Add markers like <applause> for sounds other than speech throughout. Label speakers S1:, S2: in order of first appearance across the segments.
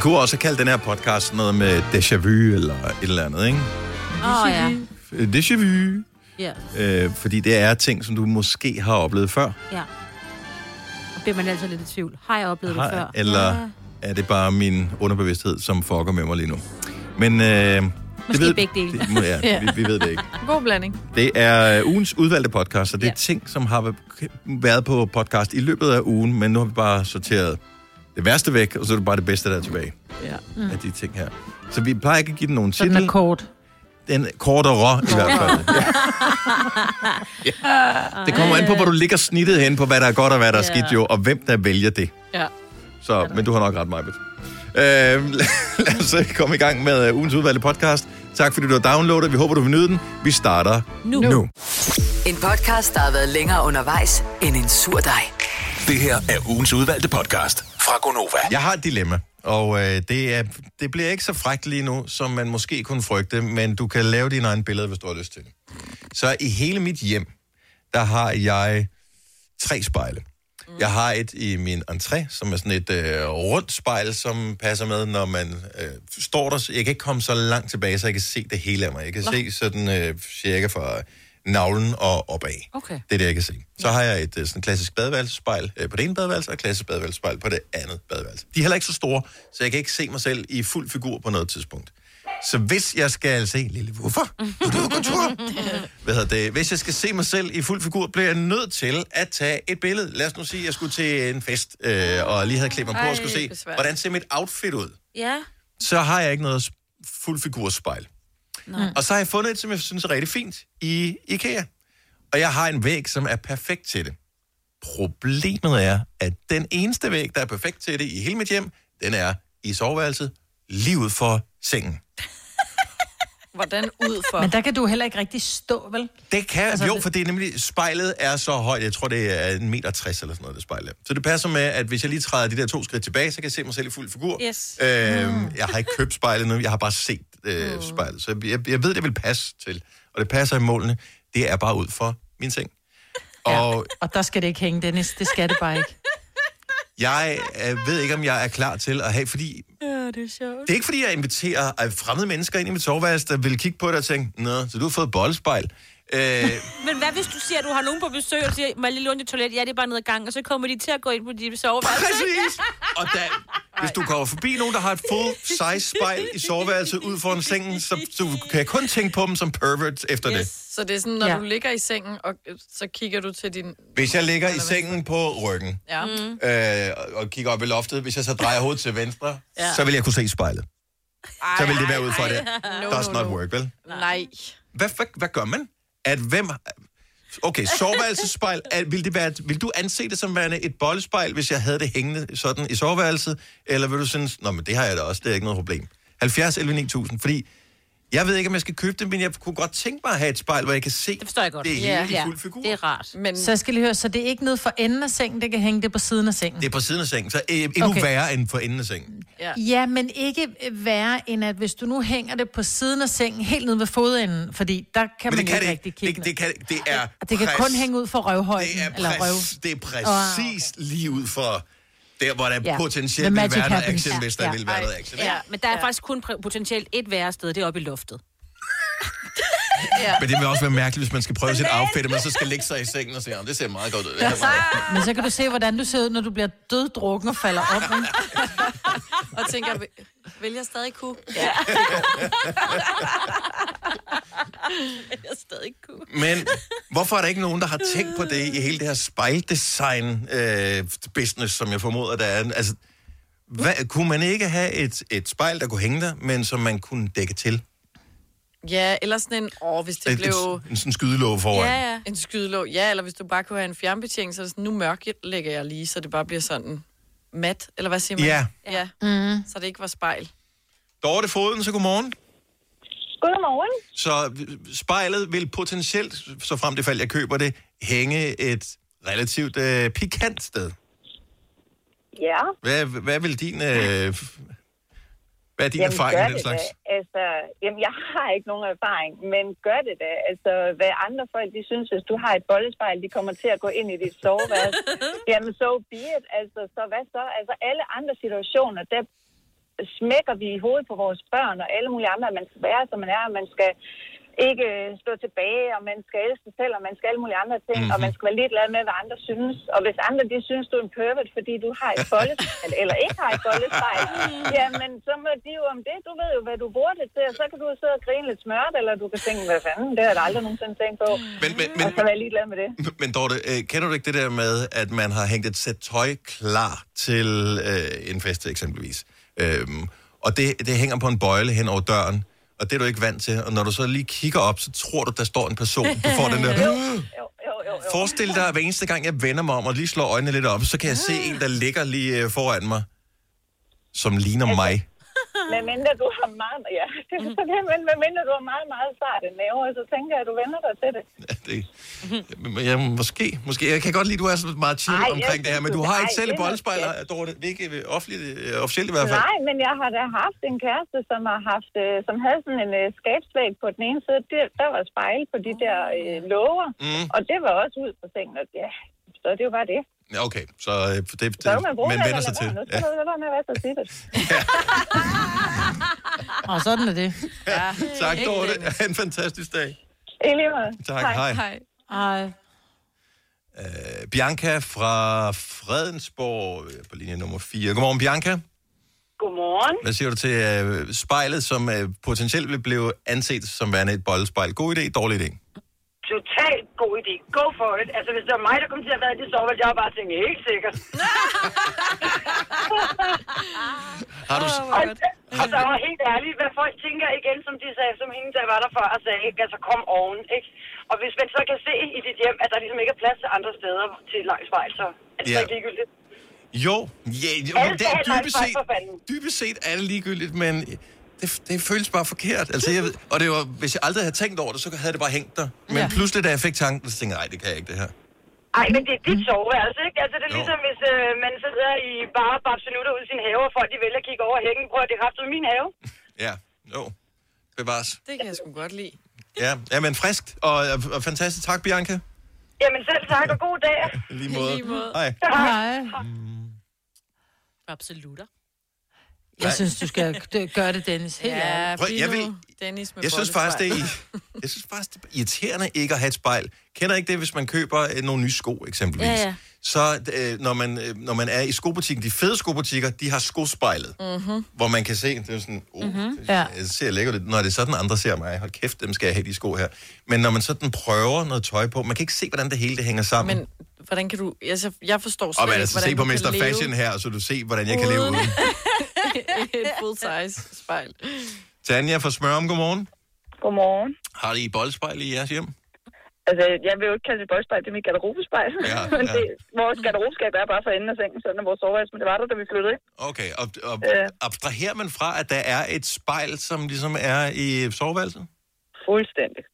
S1: kunne også kalde den her podcast noget med déjà vu eller et eller andet, ikke?
S2: Åh, oh, ja.
S1: Øh, Déjà vu.
S2: Ja.
S1: Øh, fordi det er ting, som du måske har oplevet før.
S2: ja. Og bliver man altid lidt i tvivl. Har jeg oplevet det før?
S1: Har, eller
S2: Ja.
S1: er det bare min underbevidsthed, som fucker med mig lige nu? Men... Øh,
S2: Måske
S1: det ved,
S2: begge dele.
S1: Det, ja,
S3: Ja.
S1: vi, vi ved det ikke.
S3: God blanding.
S1: Det er øh, ugens udvalgte podcast, og det er
S2: Ja.
S1: ting, som har været på podcast i løbet af ugen, men nu har vi bare sorteret det værste væk, og så er det bare det bedste, der er tilbage
S3: Ja.
S1: mm. af de ting her. Så vi plejer ikke at give den nogen
S4: Sådan er
S1: titel.
S4: kort.
S1: Den er kortere i hvert fald. ja. Det kommer an på, hvor du ligger snittet hen på, hvad der er godt og hvad der er
S2: Ja.
S1: skidt jo, og hvem der vælger det.
S3: Ja.
S1: Så, men du har nok ret, Majbet. Øh, <laughs> lad os øh, komme i gang med øh, ugens udvalgte podcast. Tak fordi du har downloadet. Vi håber, du vil nyde den. Vi starter nu. nu.
S5: En podcast, der har været længere undervejs end en sur dej.
S6: Det her er ugens udvalgte podcast fra Gonova.
S1: Jeg har et dilemma, og øh, det, er, det bliver ikke så frækt lige nu, som man måske kunne frygte, men du kan lave dine egne billeder, hvis du har lyst til det. Så i hele mit hjem, der har jeg tre spejle. Jeg har et i min entré, som er sådan et øh, rundt spejl, som passer med, når man øh, står der. Jeg kan ikke komme så langt tilbage, så jeg kan se det hele af mig. Jeg kan se sådan øh, cirka fra navlen og opad.
S3: Okay.
S1: Det er det, jeg kan se. Så har jeg et øh, sådan klassisk badeværelsespejl øh, på det ene badeværelse, og et klassisk badeværelsespejl på det andet badeværelse. De er heller ikke så store, så jeg kan ikke se mig selv i fuld figur på noget tidspunkt. Så hvis jeg skal se... Lille, hvorfor? Du er ude at gå tur. Hvad hedder det? Hvis jeg skal se mig selv i fuld figur, bliver jeg nødt til at tage et billede. Lad os nu sige, at jeg skulle til en fest, øh, og lige havde klædt mig på og skulle se,
S3: besvær.
S1: hvordan ser mit outfit ud?
S2: Ja.
S1: så har jeg ikke noget sp- fuld figurspejl. Nej. Og så har jeg fundet et, som jeg synes er rigtig fint i IKEA. Og jeg har en væg, som er perfekt til det. Problemet er, at den eneste væg, der er perfekt til det i hele mit hjem, den er i soveværelset, lige ud for sengen.
S3: Hvordan ud for?
S4: Men der kan du heller ikke rigtig stå, vel?
S1: Det kan, altså,
S4: Altså,
S1: jo,
S4: det-
S1: for det er nemlig, spejlet er så højt, jeg tror, det er 1,60 meter eller sådan noget, det spejl er. Så det passer med, at hvis jeg lige træder de der to skridt tilbage, så kan jeg se mig selv i fuld figur.
S3: Yes. Mm.
S1: Øhm, jeg har ikke købt spejlet nu, jeg har bare set øh, spejlet. Så jeg, jeg ved, det vil passe til, og det passer i målene. Det er bare ud for min seng. Og
S4: Og der skal det ikke hænge, Dennis. Det skal det bare ikke.
S1: jeg øh, ved ikke, om jeg er klar til at have, fordi
S3: Ja, det er sjovt.
S1: det er ikke, fordi jeg inviterer øh, fremmede mennesker ind i mit soveværelse, der vil kigge på det og tænke, nå, så du har fået boldspejl. Øh,
S2: Men hvad hvis du siger, at du har nogen på besøg, og siger, må jeg lige låne dit toilet? Ja, det er bare ned ad gangen, og så kommer de til at gå ind på dit soveværelse.
S1: Præcis. Og da, hvis du kommer forbi nogen, der har et full-size spejl i soveværelset ud foran sengen, så du kan kun tænke på dem som perverts efter yes. det.
S3: Så det er sådan, når
S4: Ja.
S3: ja. du ligger i sengen, og øh, så kigger du til din...
S1: Hvis jeg ligger i sengen på ryggen
S3: Ja. Mm.
S1: øh, og- og kigger op i loftet, hvis jeg så drejer hovedet til venstre, ja. så vil jeg kunne se spejlet. Så vil det være ud for det.
S3: No,
S1: Does
S3: Oh, no,
S1: not
S3: no.
S1: work, vel?
S3: Nej.
S1: Hvad, hvad, hvad gør man? At hvem... Okay, soveværelsespejl. Er, vil, det være, vil du anse det som værende et boldspejl, hvis jeg havde det hængende sådan i soveværelset? Eller vil du synes, nå, men det har jeg da også, det er ikke noget problem. 70 11 9000, fordi jeg ved ikke, om jeg skal købe det, men jeg kunne godt tænke mig at have et spejl, hvor jeg kan se det,
S2: forstår jeg godt.
S1: det hele
S3: Ja.
S1: i fuld figur.
S2: Det er rart.
S3: Men
S4: Så jeg skal lige høre, så det er ikke nede for enden af sengen, det kan hænge det er på siden af sengen?
S1: Det er på siden af sengen, så øh, endnu okay.
S4: Okay.
S1: værre end for enden af sengen.
S3: ja.
S4: Ja, men ikke værre end, at hvis du nu hænger det på siden af sengen, helt nede ved fodenden, fordi der kan
S1: Men
S4: man
S1: det
S4: ikke
S1: kan det
S4: rigtig
S1: ikke.
S4: kigge
S1: Det, det, kan, det er
S4: Og det kan
S1: præcis-
S4: kun hænge ud for røvhøjden,
S1: Det er,
S4: eller
S1: præcis,
S4: røv.
S1: det er præcis oh, okay. lige ud for der, hvor der
S4: Ja.
S1: yeah. potentielt
S4: The
S1: vil
S4: magic
S1: være noget
S4: happens.
S1: action, hvis der
S4: Ja.
S1: vil være
S3: Ej.
S1: noget action.
S2: Ja,
S1: Ja.
S2: men der er
S3: Ja.
S2: faktisk kun pr- potentielt et værre sted, det er oppe i loftet.
S1: Men det vil også være mærkeligt, hvis man skal prøve sit outfit, og man så skal lægge sig i sengen og sige, "Åh, det ser meget godt ud. Det her meget.
S4: Men så kan du se, hvordan du ser ud, når du bliver døddrukken og falder op. ikke?
S3: Og tænker, vil- vil jeg stadig kunne? <laughs>
S2: Jeg er stadig cool.
S1: Men hvorfor er der ikke nogen, der har tænkt på det i hele det her spejldesign-business, som jeg formoder, der er? Altså, hvad, kunne man ikke have et, et spejl, der kunne hænge der, men som man kunne dække til?
S3: Ja, eller sådan en... Åh, hvis det
S1: Et,
S3: blev...
S1: et, en sådan skydelåge foran.
S2: Ja, ja.
S3: En skydelåg, ja, eller hvis du bare kunne have en fjernbetjening, så er det sådan, nu mørklægger jeg lige, så det bare bliver sådan mat, eller hvad siger man?
S1: Ja.
S3: ja. Mm. Så det ikke var spejl.
S1: Dorte Foden, så godmorgen.
S7: Godmorgen.
S1: Så spejlet vil potentielt, så frem det fald jeg køber det, hænge et relativt øh, pikant sted.
S7: Ja.
S1: Hvad, hvad vil din... Øh, f- hvad er din
S7: Jamen,
S1: erfaring
S7: gør
S1: med den
S7: det
S1: slags?
S7: Da. Altså, jamen, jeg har ikke nogen erfaring, men gør det da. Altså, hvad andre folk, de synes, hvis du har et boldespejl, de kommer til at gå ind i dit
S1: <laughs>
S7: soveværelse. jamen, so be it. Altså, så hvad så? Altså, alle andre situationer, der smækker vi i hovedet på vores børn og alle mulige andre, at man skal være, som man er, og man skal ikke øh, stå tilbage, og man skal elske sig selv, og man skal alle mulige andre ting, mm-hmm. og
S1: Mhm.
S7: man skal være ligeglad med, hvad andre synes. Og hvis andre de synes, du er en pervert, fordi du har
S1: <laughs>
S7: et bollespejl, eller ikke har et bollespejl, jamen så må de jo om det. Du ved jo, hvad du bruger det til, og så kan du jo sidde og grine lidt smørt, eller du kan tænke, hvad fanden, det har jeg da aldrig nogensinde tænkt på.
S1: Men, men, men,
S7: og så være ligeglad med det.
S1: Men Dorte, øh, kender du ikke det der med, at man har hængt et sæt tøj klar til øh, en fest eksempelvis? Øhm, og det, det hænger på en bøjle hen over døren, og det er du ikke vant til. Og når du så lige kigger op, så tror du, der står en person. Du får den der...
S7: <laughs> Jo, jo, jo, jo.
S1: Forestil dig, at hver eneste gang jeg vender mig om og lige slår øjnene lidt op, så kan jeg se en, der ligger lige øh, foran mig, som ligner
S7: Altså-
S1: mig. <laughs>
S7: Men mindre du har meget, ja, <laughs> det
S3: Mm.
S7: er så det, men med mindre du har meget, meget sarte næver, så tænker jeg, at du vender dig til det.
S1: Ja, det, ja, måske, måske. Jeg kan godt lide, at du er så meget chill
S7: Ej, jeg
S1: omkring det her,
S7: synes
S1: men du
S7: jo,
S1: har
S7: ej,
S1: ikke selv
S7: det
S1: et
S7: er noget
S1: boldspejl, Dorte. Det er ikke øh, offentligt, øh, officielt i hvert fald.
S7: Nej, men jeg har da haft en kæreste, som har haft, øh, som havde sådan en øh, skabsvæg på den ene side. Der, der var spejl på de der øh, låger, mm. og det var også ud på sengen, og ja, så det er jo bare det.
S1: Ja, okay, så øh, det, det,
S7: Så kan man bruge
S1: man
S7: det,
S1: vender sig
S7: eller lade
S1: til.
S7: være. Nu skal
S1: Ja.
S7: du lade være med at være så sikkert.
S4: Og sådan er det.
S1: Tak, Dorte. Ha' en fantastisk dag.
S7: I lige måde.
S1: Tak, hej. hej.
S3: Hej.
S4: Ej.
S1: Øh, Bianca fra Fredensborg øh, på linje nummer 4. Godmorgen, Bianca.
S7: Godmorgen.
S1: Hvad siger du til øh, spejlet, som øh, potentielt vil blive anset som værende et boldspejl? God idé, dårlig idé?
S8: Totalt god idé. Go for it. Altså, hvis det var mig, der kom til at være i det, så ville jeg bare tænke, helt sikkert.
S1: Har du,
S8: Og, <laughs> altså, og så var helt ærligt, hvad folk tænker igen, som de sagde, som hende, der var der før og sagde, ikke? altså kom oven, ikke? Og hvis man så kan se i dit hjem, at der ligesom ikke er plads til andre steder til et langt spejl, så er
S1: Ja.
S8: det yeah. ikke ligegyldigt.
S1: jo, yeah, jo
S8: Alle
S1: men det
S8: skal have et
S1: er dybest
S8: boldspejl,
S1: set,
S8: for fanden.
S1: dybest set er det ligegyldigt, men det, det føles bare forkert. Altså, jeg ved, og det var, hvis jeg aldrig havde tænkt over det, så havde det bare hængt der. Men ja. pludselig, da jeg fik tanken, så tænkte jeg, nej, det kan jeg ikke, det her.
S8: Ej, men det er dit
S7: Mm.
S8: soveværelse, ikke? Altså, det er
S1: Jo.
S8: ligesom, hvis øh, man sidder i bare babsenutter ude i sin have, og folk de vælger at kigge over hækken. Prøv at det er kraftigt min have.
S1: Ja, jo. Bevares.
S3: Det kan jeg sgu godt lide.
S1: Ja, ja men friskt og, og fantastisk. Tak, Bianca.
S8: Jamen selv tak, og god dag.
S1: I Lige måde.
S3: lige måde.
S1: Hej.
S4: Ej.
S2: Absolutter.
S4: Jeg synes, du skal d- gøre det, Dennis. Helt ja.
S3: Ja,
S1: Prøv,
S3: bliv
S1: jeg
S3: nu
S1: vil-
S3: Dennis med
S1: Jeg synes faktisk, det
S3: bollespejl.
S1: er, jeg synes faktisk, det er irriterende ikke at have et spejl. Kender ikke det, hvis man køber øh, nogle nye sko, eksempelvis?
S2: Ja, ja.
S1: Så øh, når, man, øh, når man er i skobutikken, de fede skobutikker, de har skospejlet,
S3: Mhm.
S1: mm-hmm. hvor man kan se, det er jo sådan, oh, mm-hmm.
S4: Ja.
S1: det ser lækkert ud, når det er sådan, andre ser mig. Hold kæft, dem skal jeg have de sko her. Men når man sådan prøver noget tøj på, man kan ikke se, hvordan det hele det hænger sammen. Men,
S3: Men hvordan kan du... Altså, jeg forstår slet
S1: og man
S3: ikke,
S1: altså,
S3: hvordan
S1: se på
S3: du kan
S1: Mr.
S3: leve
S1: Fashion her, så du ser, hvordan jeg kan leve
S3: uden.
S1: uden.
S3: et full-size spejl.
S1: Tanja fra Smørum, godmorgen.
S7: Godmorgen.
S1: Har I boldspejl i jeres hjem?
S7: Altså, jeg vil jo ikke kalde det et boldspejl, det er mit garderobespejl. <laughs>
S1: Ja,
S7: Men
S1: ja.
S7: det, vores garderobeskab er bare for enden af sengen, sådan er vores soveværelse, men det var der, da vi flyttede ind.
S1: Okay, og, og
S7: Ja.
S1: abstraherer man fra, at der er et spejl, som ligesom er i soveværelset?
S7: Fuldstændig.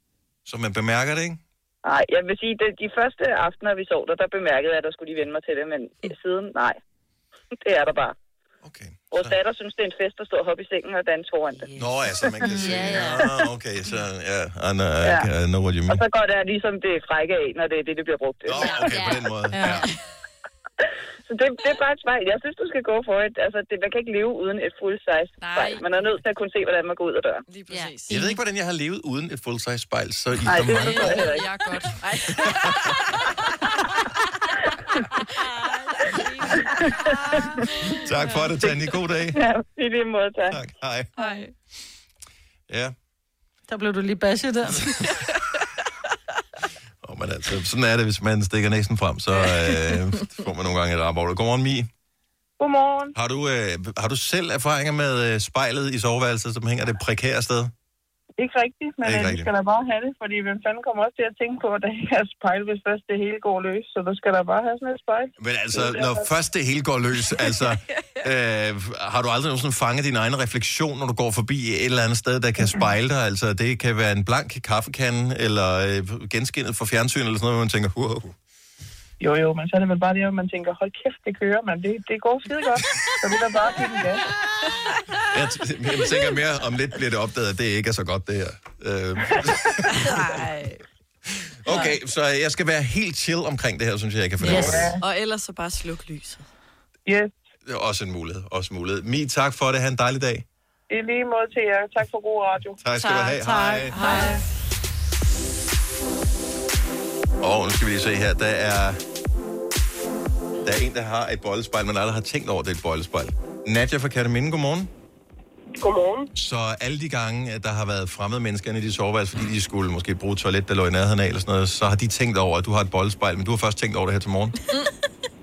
S1: Så man bemærker det, ikke?
S7: Nej, jeg vil sige, at de første aftener, vi sov der, der bemærkede jeg, at der skulle de vende mig til det, men siden, nej. Det er der bare.
S1: Okay.
S7: Vores
S1: Så.
S7: datter synes, det er en fest at stå og hoppe i sengen og danse foran det.
S1: Nå ja, så man kan se.
S2: Ja, ja.
S1: Ah, okay, så ja, I know, I know what you
S7: Og
S1: mean.
S7: så går det ligesom det frække af, når det er det, det bliver brugt til.
S1: Nå, okay, på den måde. Ja.
S7: Så det, det er bare et spejl. Jeg synes, du skal gå for et. Altså, det, man kan ikke leve uden et full-size
S3: Nej.
S7: spejl. Man er nødt til at kunne se, hvordan man går ud af døren. <laughs>
S3: Lige præcis.
S1: Jeg ved ikke, hvordan jeg har levet uden et full-size spejl, så i
S7: Ej,
S1: så
S7: det er
S1: mange
S7: så
S1: år.
S7: godt.
S3: Ja, jeg er godt. Ej.
S1: Tak for det, Tanja. God dag.
S7: Ja, i lige måde, tak.
S1: Tak, hej.
S3: Ej.
S1: Ja,
S4: Der blev du lige bashet der.
S1: og man, altså, sådan er det, hvis man stikker næsen frem, så øh, får man nogle gange et arbejde. Godmorgen, Mie.
S7: Godmorgen.
S1: Har du, øh, har du selv erfaringer med øh, spejlet i soveværelset, som hænger det prekære sted?
S7: Ikke rigtigt, men
S1: Ikke
S7: ikke
S1: rigtigt.
S7: rigtigt. skal da bare have det, fordi hvem fanden kommer også til at tænke på, at der ikke er spejl, hvis først det hele går løs. Så der skal der bare have sådan et spejl.
S1: Men altså, når først det hele går løs, altså, øh, har du aldrig nogensinde fanget din egen refleksion, når du går forbi et eller andet sted, der kan spejle dig? Altså, det kan være en blank kaffekande, eller øh, genskinnet fra fjernsyn, eller sådan noget, hvor man tænker, wow.
S7: Jo, jo, men så er det vel bare det, at man tænker, hold kæft, det kører, man. Det, det går skide godt. Så vil der bare give den gas.
S1: Jeg, t- jeg tænker mere, om lidt bliver det opdaget, at det ikke er så godt, det her. Øh. Okay, så jeg skal være helt chill omkring det her, synes jeg, jeg kan fornemme.
S4: Yes.
S1: det.
S3: Og ellers så bare sluk lyset.
S7: Yes.
S1: Det er også en mulighed. Også en mulighed. Mi, tak for det. Ha' en dejlig dag.
S7: I lige måde til jer. Tak for god radio.
S1: Tak skal du have. Hej.
S4: Hej.
S1: Og nu skal vi lige se her. Der er, der er en, der har et bøjlespejl, man aldrig har tænkt over, det er et bøjlespejl. Nadja fra Kataminde, godmorgen.
S8: Godmorgen.
S1: Så alle de gange, at der har været fremmede mennesker inde i de soveværelse, fordi de skulle måske bruge et toilet, der lå i nærheden af, eller sådan noget, så har de tænkt over, at du har et boldspejl, men du har først tænkt over det her til <laughs> morgen.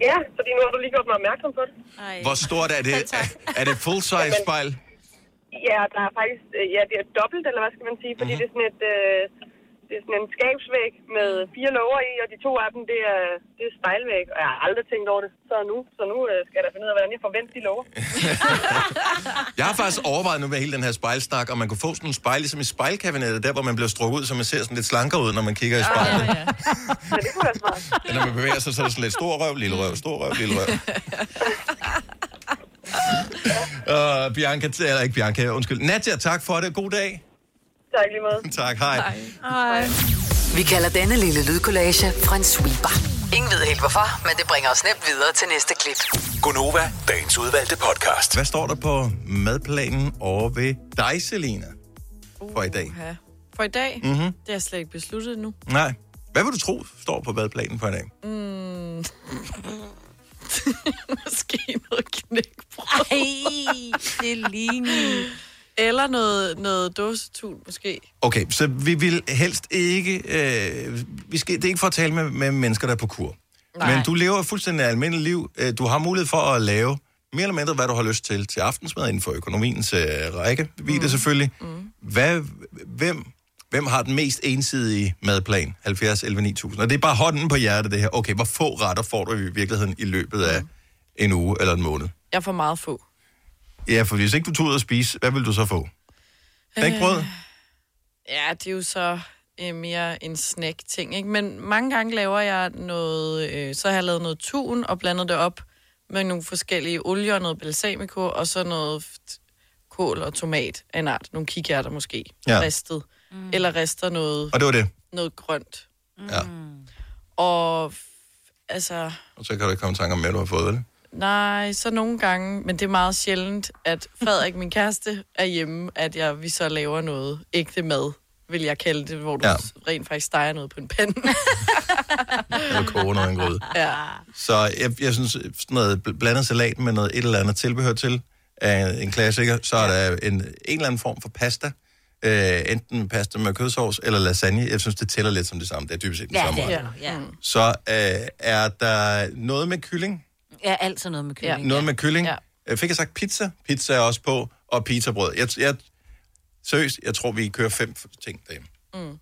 S8: Ja, fordi nu har du lige gjort mig opmærksom på det.
S2: Ej.
S1: Hvor stort er det? Er, er det full-size spejl?
S8: Ja, der er faktisk, øh, ja, det er dobbelt, eller hvad skal man sige, fordi mm-hmm. det er sådan et, øh, det er sådan en skabsvæg med fire låger i, og de to af dem, det er, det er spejlvæg, og jeg har aldrig tænkt over det. Så nu, så nu øh, skal jeg da finde ud af, hvordan jeg forventer de <laughs> låger.
S1: Jeg har faktisk overvejet nu med hele den her spejlsnak, om man kunne få sådan en spejl, ligesom i spejlkabinettet, der hvor man bliver strukket ud, så man ser sådan lidt slankere ud, når man kigger i spejlet.
S4: Ja, ja.
S8: Så det kunne være smart.
S1: Men når man bevæger sig, så er det sådan lidt stor røv, lille røv, stor røv,
S4: <laughs>
S1: lille røv. uh, Bianca, eller ikke Bianca, undskyld. Nadja, tak for det. God dag.
S8: Tak lige måde.
S1: Tak, hej. hej.
S4: Hej.
S5: Vi kalder denne lille lydkollage en sweeper. Ingen ved helt hvorfor, men det bringer os nemt videre til næste klip.
S6: Gonova, dagens udvalgte podcast.
S1: Hvad står der på madplanen over ved dig, Selina? For i dag.
S3: Uha. For i dag? Mm-hmm. Det er slet ikke besluttet nu. <laughs>
S1: Nej. Hvad vil du tro står på madplanen for i dag?
S3: Måske noget knækbrød.
S2: Ej, det er lige
S3: Eller noget, noget dåsetul, måske.
S1: Okay, så vi vil helst ikke... Øh, vi skal, det er ikke for at tale med, med mennesker, der er på kur. Nej. Men du lever et fuldstændig almindeligt liv. Øh, Du har mulighed for at lave mere eller mindre, hvad du har lyst til til aftensmad inden for økonomiens øh, række. Vi mm. det selvfølgelig. Mm. Hvad, hvem, hvem har den mest ensidige madplan? 70, 11, 9000. Og det er bare hånden på hjertet, det her. Okay, hvor få retter får du i virkeligheden i løbet af en uge eller en måned?
S3: Jeg får meget få.
S1: Ja, for hvis ikke du tog ud og spise, hvad vil du så få? Knækbrød? Øh.
S3: Ja, det er jo så øh, mere en snack-ting, ikke? Men mange gange laver jeg noget... Øh, så har jeg lavet noget tun og blandet det op med nogle forskellige olier, noget balsamico og så noget f- kål og tomat af en art. Nogle kikærter måske,
S1: Ja.
S3: ja. ristet. Mm. Eller rister noget,
S1: Og det var det.
S3: noget grønt.
S1: Ja.
S3: Og f- altså...
S1: Og så kan du ikke komme i tanke om, hvad du har fået, vel?
S3: Nej, så nogle gange, men det er meget sjældent, at Frederik, min kæreste, er hjemme, at jeg, vi så laver noget ægte mad, vil jeg kalde det, hvor du
S1: Ja.
S3: ja. rent faktisk steger noget på en pande. <laughs>
S1: Eller koge noget i en gryde.
S3: ja.
S1: Så jeg, jeg synes, sådan noget bl- blandet salat med noget et eller andet tilbehør til er en klassiker. Så er der en, en eller anden form for pasta. Øh, enten pasta med kødsovs eller lasagne. Jeg synes, det tæller lidt som det samme. Det er dybest set den
S2: Ja,
S1: samme
S2: det
S1: ret.
S2: er det. Ja.
S1: Så øh, er der noget med kylling.
S2: ja, altid noget med kylling.
S1: Noget med kylling.
S3: Ja.
S1: Ja. Fik jeg sagt pizza? Pizza er også på. Og pizzabrød. Jeg, jeg, seriøst, jeg tror, vi kører fem ting derhjemme.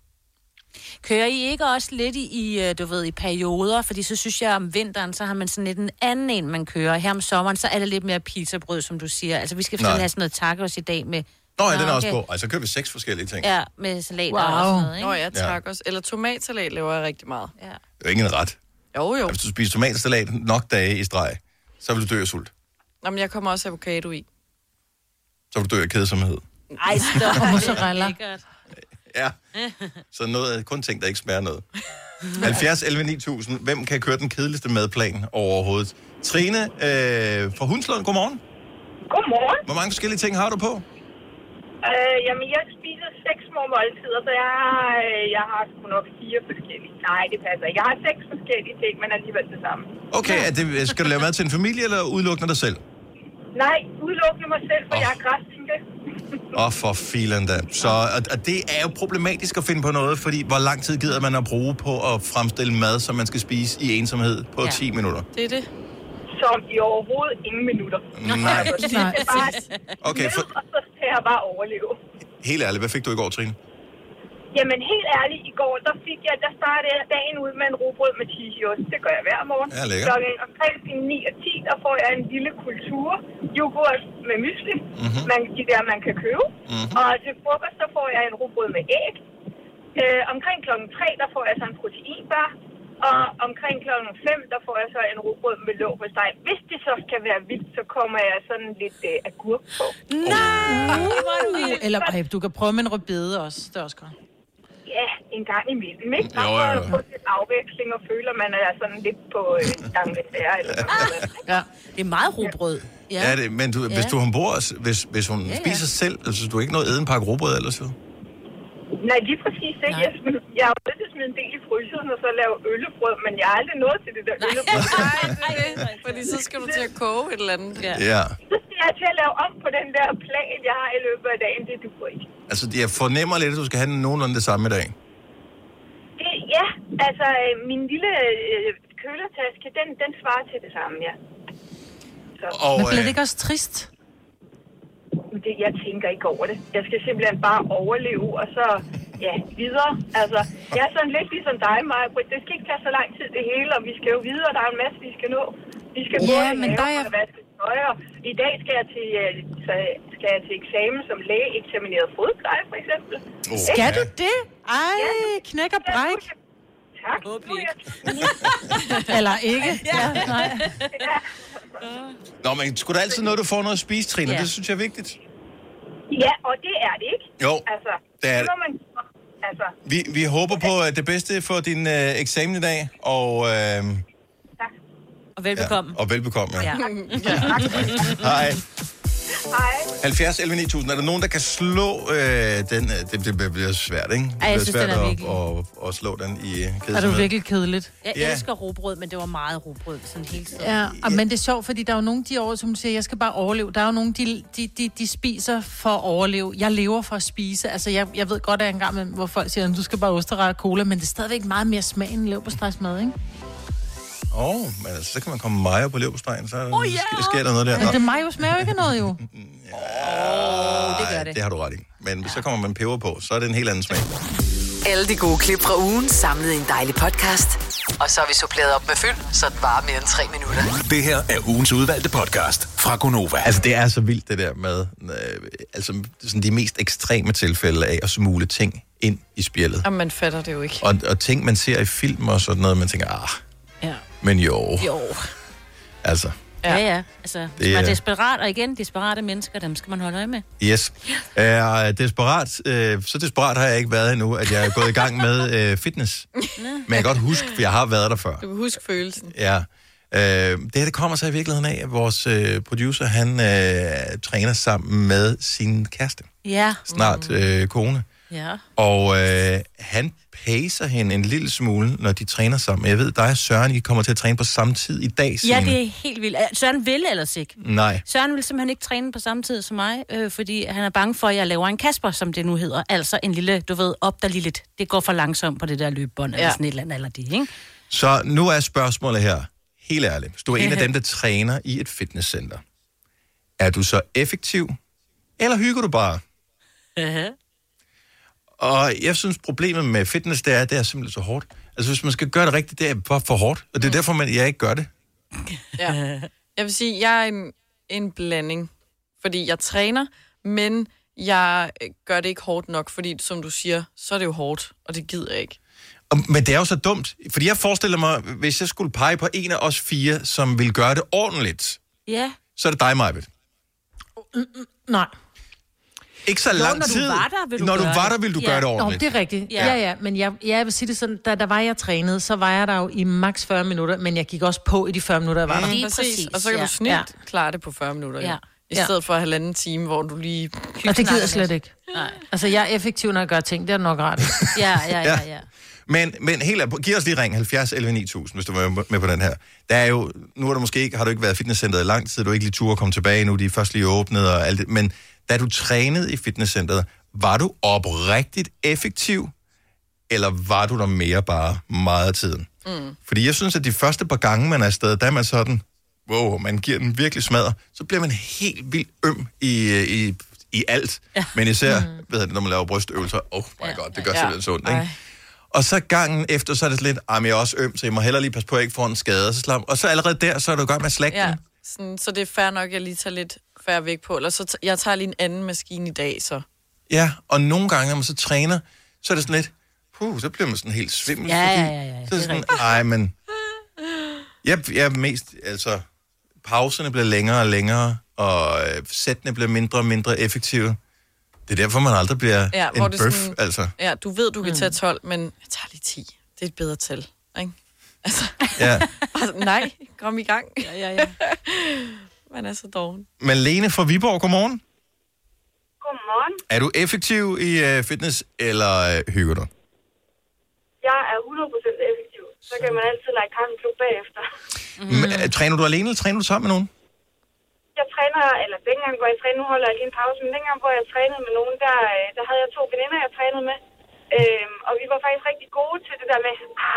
S2: Kører I ikke også lidt i, i, øh, du ved, i perioder? Fordi så synes jeg, om vinteren, så har man sådan lidt en anden en, man kører. Her om sommeren, så er det lidt mere pizzabrød, som du siger. Altså, vi skal for
S1: Nej.
S2: eksempel have sådan noget tacos i dag med...
S1: Nå, ja, den er
S2: okay.
S1: også på. Og så kører vi seks forskellige ting. Ja.
S2: Ja, med salat
S4: Wow.
S2: og sådan noget, ikke?
S3: Nå ja, tak også. Eller tomatsalat laver jeg rigtig meget.
S2: ja.
S1: Det er jo ikke en ret.
S3: Jo jo.
S1: Hvis du spiser tomatsalat nok dage i streg, så vil du dø af sult.
S3: Nå, men jeg kommer også avocado i.
S1: så vil du dø af kedsomhed.
S2: Ej, stop. <laughs>
S4: Og mozzarella.
S1: Ja. Så noget, kun ting, der ikke smager noget. 70, 11, 9000. Hvem kan køre den kedeligste madplan overhovedet? Trine øh, fra Hundslund, godmorgen.
S8: Godmorgen.
S1: Hvor mange forskellige ting har du på?
S8: Øh, jamen, jeg spiser seks små måltider, så jeg har, øh, jeg har sgu nok fire forskellige. Nej, det passer ikke. Jeg har seks forskellige ting, men alligevel det samme.
S1: Okay, er det, øh, skal du lave mad til en familie, eller udelukkende dig selv?
S8: Nej, udelukkende mig selv, for
S1: Åh.
S8: oh. jeg er græstinke.
S1: Åh, oh, for filen da. Så og, og det er jo problematisk at finde på noget, fordi hvor lang tid gider man at bruge på at fremstille mad, som man skal spise i ensomhed på ja.
S2: Ja.
S1: 10 minutter?
S3: Det er det.
S8: Som i overhovedet ingen minutter.
S1: Nej.
S8: Altså, det
S4: Nej.
S8: er bare
S1: Okay, for,
S8: ned, og så skal jeg bare overleve.
S1: helt ærligt, hvad fik du i går, Trine?
S8: Jamen, helt ærligt, i går, der fik jeg, der startede jeg dagen ud med en robrød med chihiost. Det gør jeg hver morgen.
S1: Ja, lækkert.
S8: Klokken omkring til 9 og 10, der får jeg en lille kultur. Yoghurt med mysli,
S1: Mhm.
S8: mm-hmm. man, de der, man kan købe. Mm-hmm. Og til frokost, der får jeg en robrød med æg. Øh, omkring klokken 3, der får jeg så en proteinbar. Og omkring klokken 5, der får jeg så en robrød med låg med steg. Hvis det så skal være vildt, så kommer jeg sådan lidt øh, agurk på.
S4: Uh, eller ej, du kan prøve med en rødbede også. Det er også godt.
S8: Ja, en gang imellem,
S1: Jo,
S8: ikke?
S1: jo, jo.
S8: Bare for at få lidt afveksling og føle, at man er sådan lidt på øh, dangletære eller noget.
S4: Ja.
S2: Det er meget rugbrød.
S1: Ja, ja det, men du, ja. hvis du hun bor, hvis, hvis hun ja, ja.
S2: ja.
S1: spiser selv, altså du har ikke noget æden pakke råbrød ellers jo.
S8: Nej, lige præcis ikke.
S2: Nej.
S8: Jeg, sm- jeg har jo nødt til at smide en del i fryseren og så lave øllebrød, men jeg har aldrig nået til det der øllebrød.
S3: Nej, det er det. Fordi så skal du til at koge et eller andet. Ja.
S1: Ja.
S8: Så skal jeg til at lave om på den der plan, jeg har i løbet af dagen. Det duer ikke.
S1: Altså, jeg fornemmer lidt, at du skal have nogenlunde det samme i dag.
S8: Det, ja, altså øh, min lille øh, kølertaske, den, den svarer til det samme, ja.
S1: Og,
S4: Men bliver
S1: øh,
S4: det ikke også trist?
S8: Men Det, jeg tænker ikke over det. Jeg skal simpelthen bare overleve, og så ja, videre. Altså, jeg er sådan lidt ligesom dig, Maja. Det skal ikke tage så lang tid det hele, og vi skal jo videre. Der er en masse, vi skal nå. Vi skal
S4: Ja,
S8: både
S4: men
S8: lave
S4: der er-
S8: og vaske tøj, og i dag skal jeg til, øh, så- skal jeg til eksamen som læge, eksamineret fodpleje, for eksempel.
S1: oh,
S4: Skal
S1: ja.
S4: du det? Ej, knæk og bræk.
S8: Tak.
S3: Håbentlig
S8: Nu er jeg-
S4: Eller ikke. Ja, nej.
S1: Nå, men skulle der altid noget, du får noget at spise, Trine? Ja.
S2: Ja.
S1: Det synes jeg er vigtigt.
S8: Ja, og det er det ikke.
S1: Jo,
S8: Altså,
S1: det er det.
S8: må man... Altså,
S1: Vi, vi håber på øh, det bedste for din øh, eksamen i dag, og, øh, ja,
S8: tak.
S2: Og velbekomme.
S1: og velbekomme. Ja.
S2: Ja.
S1: <laughs> Hej.
S8: Hej.
S1: 70 11 9000. Er der nogen, der kan slå øh, den? øh, Det, det bliver svært, ikke? Det bliver
S2: jeg synes,
S1: svært
S2: den er
S1: at,
S2: virkelig-
S1: at, at, slå den i øh,
S4: Er du
S1: kedsomhed.
S4: virkelig kedeligt?
S2: Jeg
S1: Ja.
S2: elsker rugbrød, men det var meget rugbrød sådan hele tiden.
S4: Ja, og, men det er sjovt, fordi der er jo nogle de år, som siger, jeg skal bare overleve. Der er jo nogle, de, de, de, de spiser for at overleve. Jeg lever for at spise. Altså, jeg, jeg ved godt, at jeg engang, med, hvor folk siger, du skal bare osterrej og cola, men det er stadigvæk meget mere smag end lever på stregsmad, ikke?
S1: Åh, oh, men altså, så kan man komme mejer på leverpostejen, så oh, yeah. sker, sker der noget der.
S4: Men
S1: Nå,
S4: Altså, det mayo smager jo ikke af noget,
S1: <laughs>
S4: jo.
S2: det gør
S1: ej,
S2: det.
S1: det har du ret i. Men så kommer man peber på, så er det en helt anden smag.
S5: Alle de gode klip fra ugen samlet i en dejlig podcast. Og så har vi suppleret op med fyld, så det varer mere end tre minutter.
S6: Det her er ugens udvalgte podcast fra Gonova.
S1: Altså, det er så vildt, det der med øh, altså, sådan de mest ekstreme tilfælde af at smule ting ind i spjældet.
S3: Og man fatter det jo ikke.
S1: Og, og ting, man ser i film og sådan noget, man tænker, ah,
S2: Ja.
S1: men jo,
S2: Jo.
S1: altså.
S2: Ja, ja. Altså, hvis
S1: Det
S2: man er
S1: er-
S2: desperat, og igen, desperate mennesker, dem skal man holde øje med.
S1: Yes. Jeg er desperat, øh, så desperat har jeg ikke været endnu, at jeg er gået i gang med øh,
S2: <laughs>
S1: fitness. Men jeg kan godt huske, for jeg har været der før.
S3: Du kan huske følelsen.
S1: Ja. Øh, det her, det kommer så i virkeligheden af, at vores øh, producer, han øh, træner sammen med sin kæreste,
S2: Ja. Mm.
S1: snart øh, kone.
S2: Ja.
S1: Og øh, han pacer hende en lille smule, når de træner sammen. Jeg ved, dig og Søren, I kommer til at træne på samme tid i dag,
S2: Ja,
S1: Signe.
S2: det er helt vildt. Søren ville ellers ikke.
S1: Nej.
S2: Søren ville simpelthen ikke træne på samme tid som mig, øh, fordi han er bange for, at jeg laver en Kasper, som det nu hedder. Altså en lille, du ved, op der lige lidt. Det går for langsomt på det der løbebånd, ja. eller
S3: Ja.
S2: sådan et eller andet, eller det, ikke?
S1: Så nu er spørgsmålet her, helt ærligt. Hvis du er en af dem, der træner i et fitnesscenter, er du så effektiv, eller hygger du bare? Og jeg synes, problemet med fitness, det er, at det er simpelthen så hårdt. Altså, hvis man skal gøre det rigtigt, det er bare for hårdt. Og det
S2: Mm.
S1: er derfor, man, jeg ikke gør det.
S3: Ja. Jeg vil sige, jeg er en, en blanding, fordi jeg træner, men jeg øh, gør det ikke hårdt nok, fordi som du siger, så er det jo hårdt, og det gider jeg ikke.
S1: Og, men det er jo så dumt. Fordi jeg forestiller mig, hvis jeg skulle pege på en af os fire, som vil gøre det ordentligt,
S2: Ja.
S1: så er det dig, Majbet.
S4: Nej.
S1: Ikke så lang
S2: når du
S1: tid.
S2: var der, vil du
S1: når du
S2: gøre
S1: var
S2: det.
S1: der, vil du
S2: Ja.
S1: gøre det
S4: Nå,
S1: ordentligt.
S4: det er rigtigt.
S2: Ja.
S4: Ja, ja, ja men jeg, ja, jeg vil sige det sådan, da der var jeg trænede, så var jeg der jo i maks 40 minutter, men jeg gik også på i de 40 minutter, jeg var der.
S2: Lige
S3: Og så kan
S2: ja.
S3: du snilt
S4: Ja.
S3: ja. klare det på 40 minutter, ja.
S2: Ja.
S3: jo, i
S4: Ja.
S3: stedet for halvanden time, hvor du lige...
S4: Og det gider jeg
S2: snakker lidt.
S4: slet ikke. Nej. Altså, jeg er effektiv, når jeg gør ting. Det er nok ret.
S2: Ja, ja, ja, ja.
S1: Men, men helt ærligt, giv os lige ring 70 11 9000, hvis du var med på den her. Der er jo, nu er du måske ikke, har du ikke været i fitnesscenteret i lang tid, du er ikke lige tur at komme tilbage nu, de er først lige åbnet og alt det, men da du trænede i fitnesscenteret, var du oprigtigt effektiv, eller var du der mere bare meget af tiden? Mm. Fordi jeg synes, at de første par gange, man er afsted, der er man sådan, wow, man giver den virkelig smadre, så bliver man helt vildt øm i, øh, i, i alt. Ja. Men især, mm. ved jeg, når man laver brystøvelser, oh my ja. god, det gør ja. simpelthen så ondt, ikke?
S3: Ej.
S1: Og så gangen efter, så er det lidt, at jeg er også øm, så jeg må hellere lige passe på, at jeg ikke får en skade. Og så, slap, og så allerede der, så er du i gang med at slække ja.
S3: Ja, sådan, så det er fair nok, at jeg lige tager lidt færre væk på, eller så t- jeg tager lige en anden maskine i dag, så...
S1: ja, og nogle gange, når man så træner, så er det sådan lidt, puh, så bliver man sådan helt svimmel.
S2: Ja,
S1: fordi-
S2: ja, ja, ja, ja,
S1: Så er det
S2: det er
S1: sådan, ej, men... Jeg, jeg er mest, altså, pauserne bliver længere og længere, og øh, sættene bliver mindre og mindre effektive. Det er derfor, man aldrig bliver
S3: Ja,
S1: ja,
S3: hvor
S1: en
S3: det
S1: bøf,
S3: sådan-
S1: sådan... altså.
S3: Ja, du ved, du kan tage 12, men jeg tager lige 10. Det er et bedre tal, ikke? Altså,
S1: Ja.
S3: <laughs> altså nej, kom i gang.
S2: Ja, ja, ja.
S3: <laughs> Man er så doven.
S1: Men Lene fra Viborg, godmorgen.
S8: Godmorgen.
S1: Er du effektiv i øh, fitness, eller øh, hygger du?
S8: Jeg er 100% effektiv. Så kan man altid lege kampklub bagefter.
S1: Mm. Træner du alene, eller træner du sammen med nogen?
S8: Jeg træner, eller dengang, hvor jeg trænede, nu holder jeg lige en pause, men dengang, hvor jeg trænede med nogen, der, øh, der havde jeg to veninder, jeg trænede med. Øhm, og vi var faktisk rigtig gode til det der med,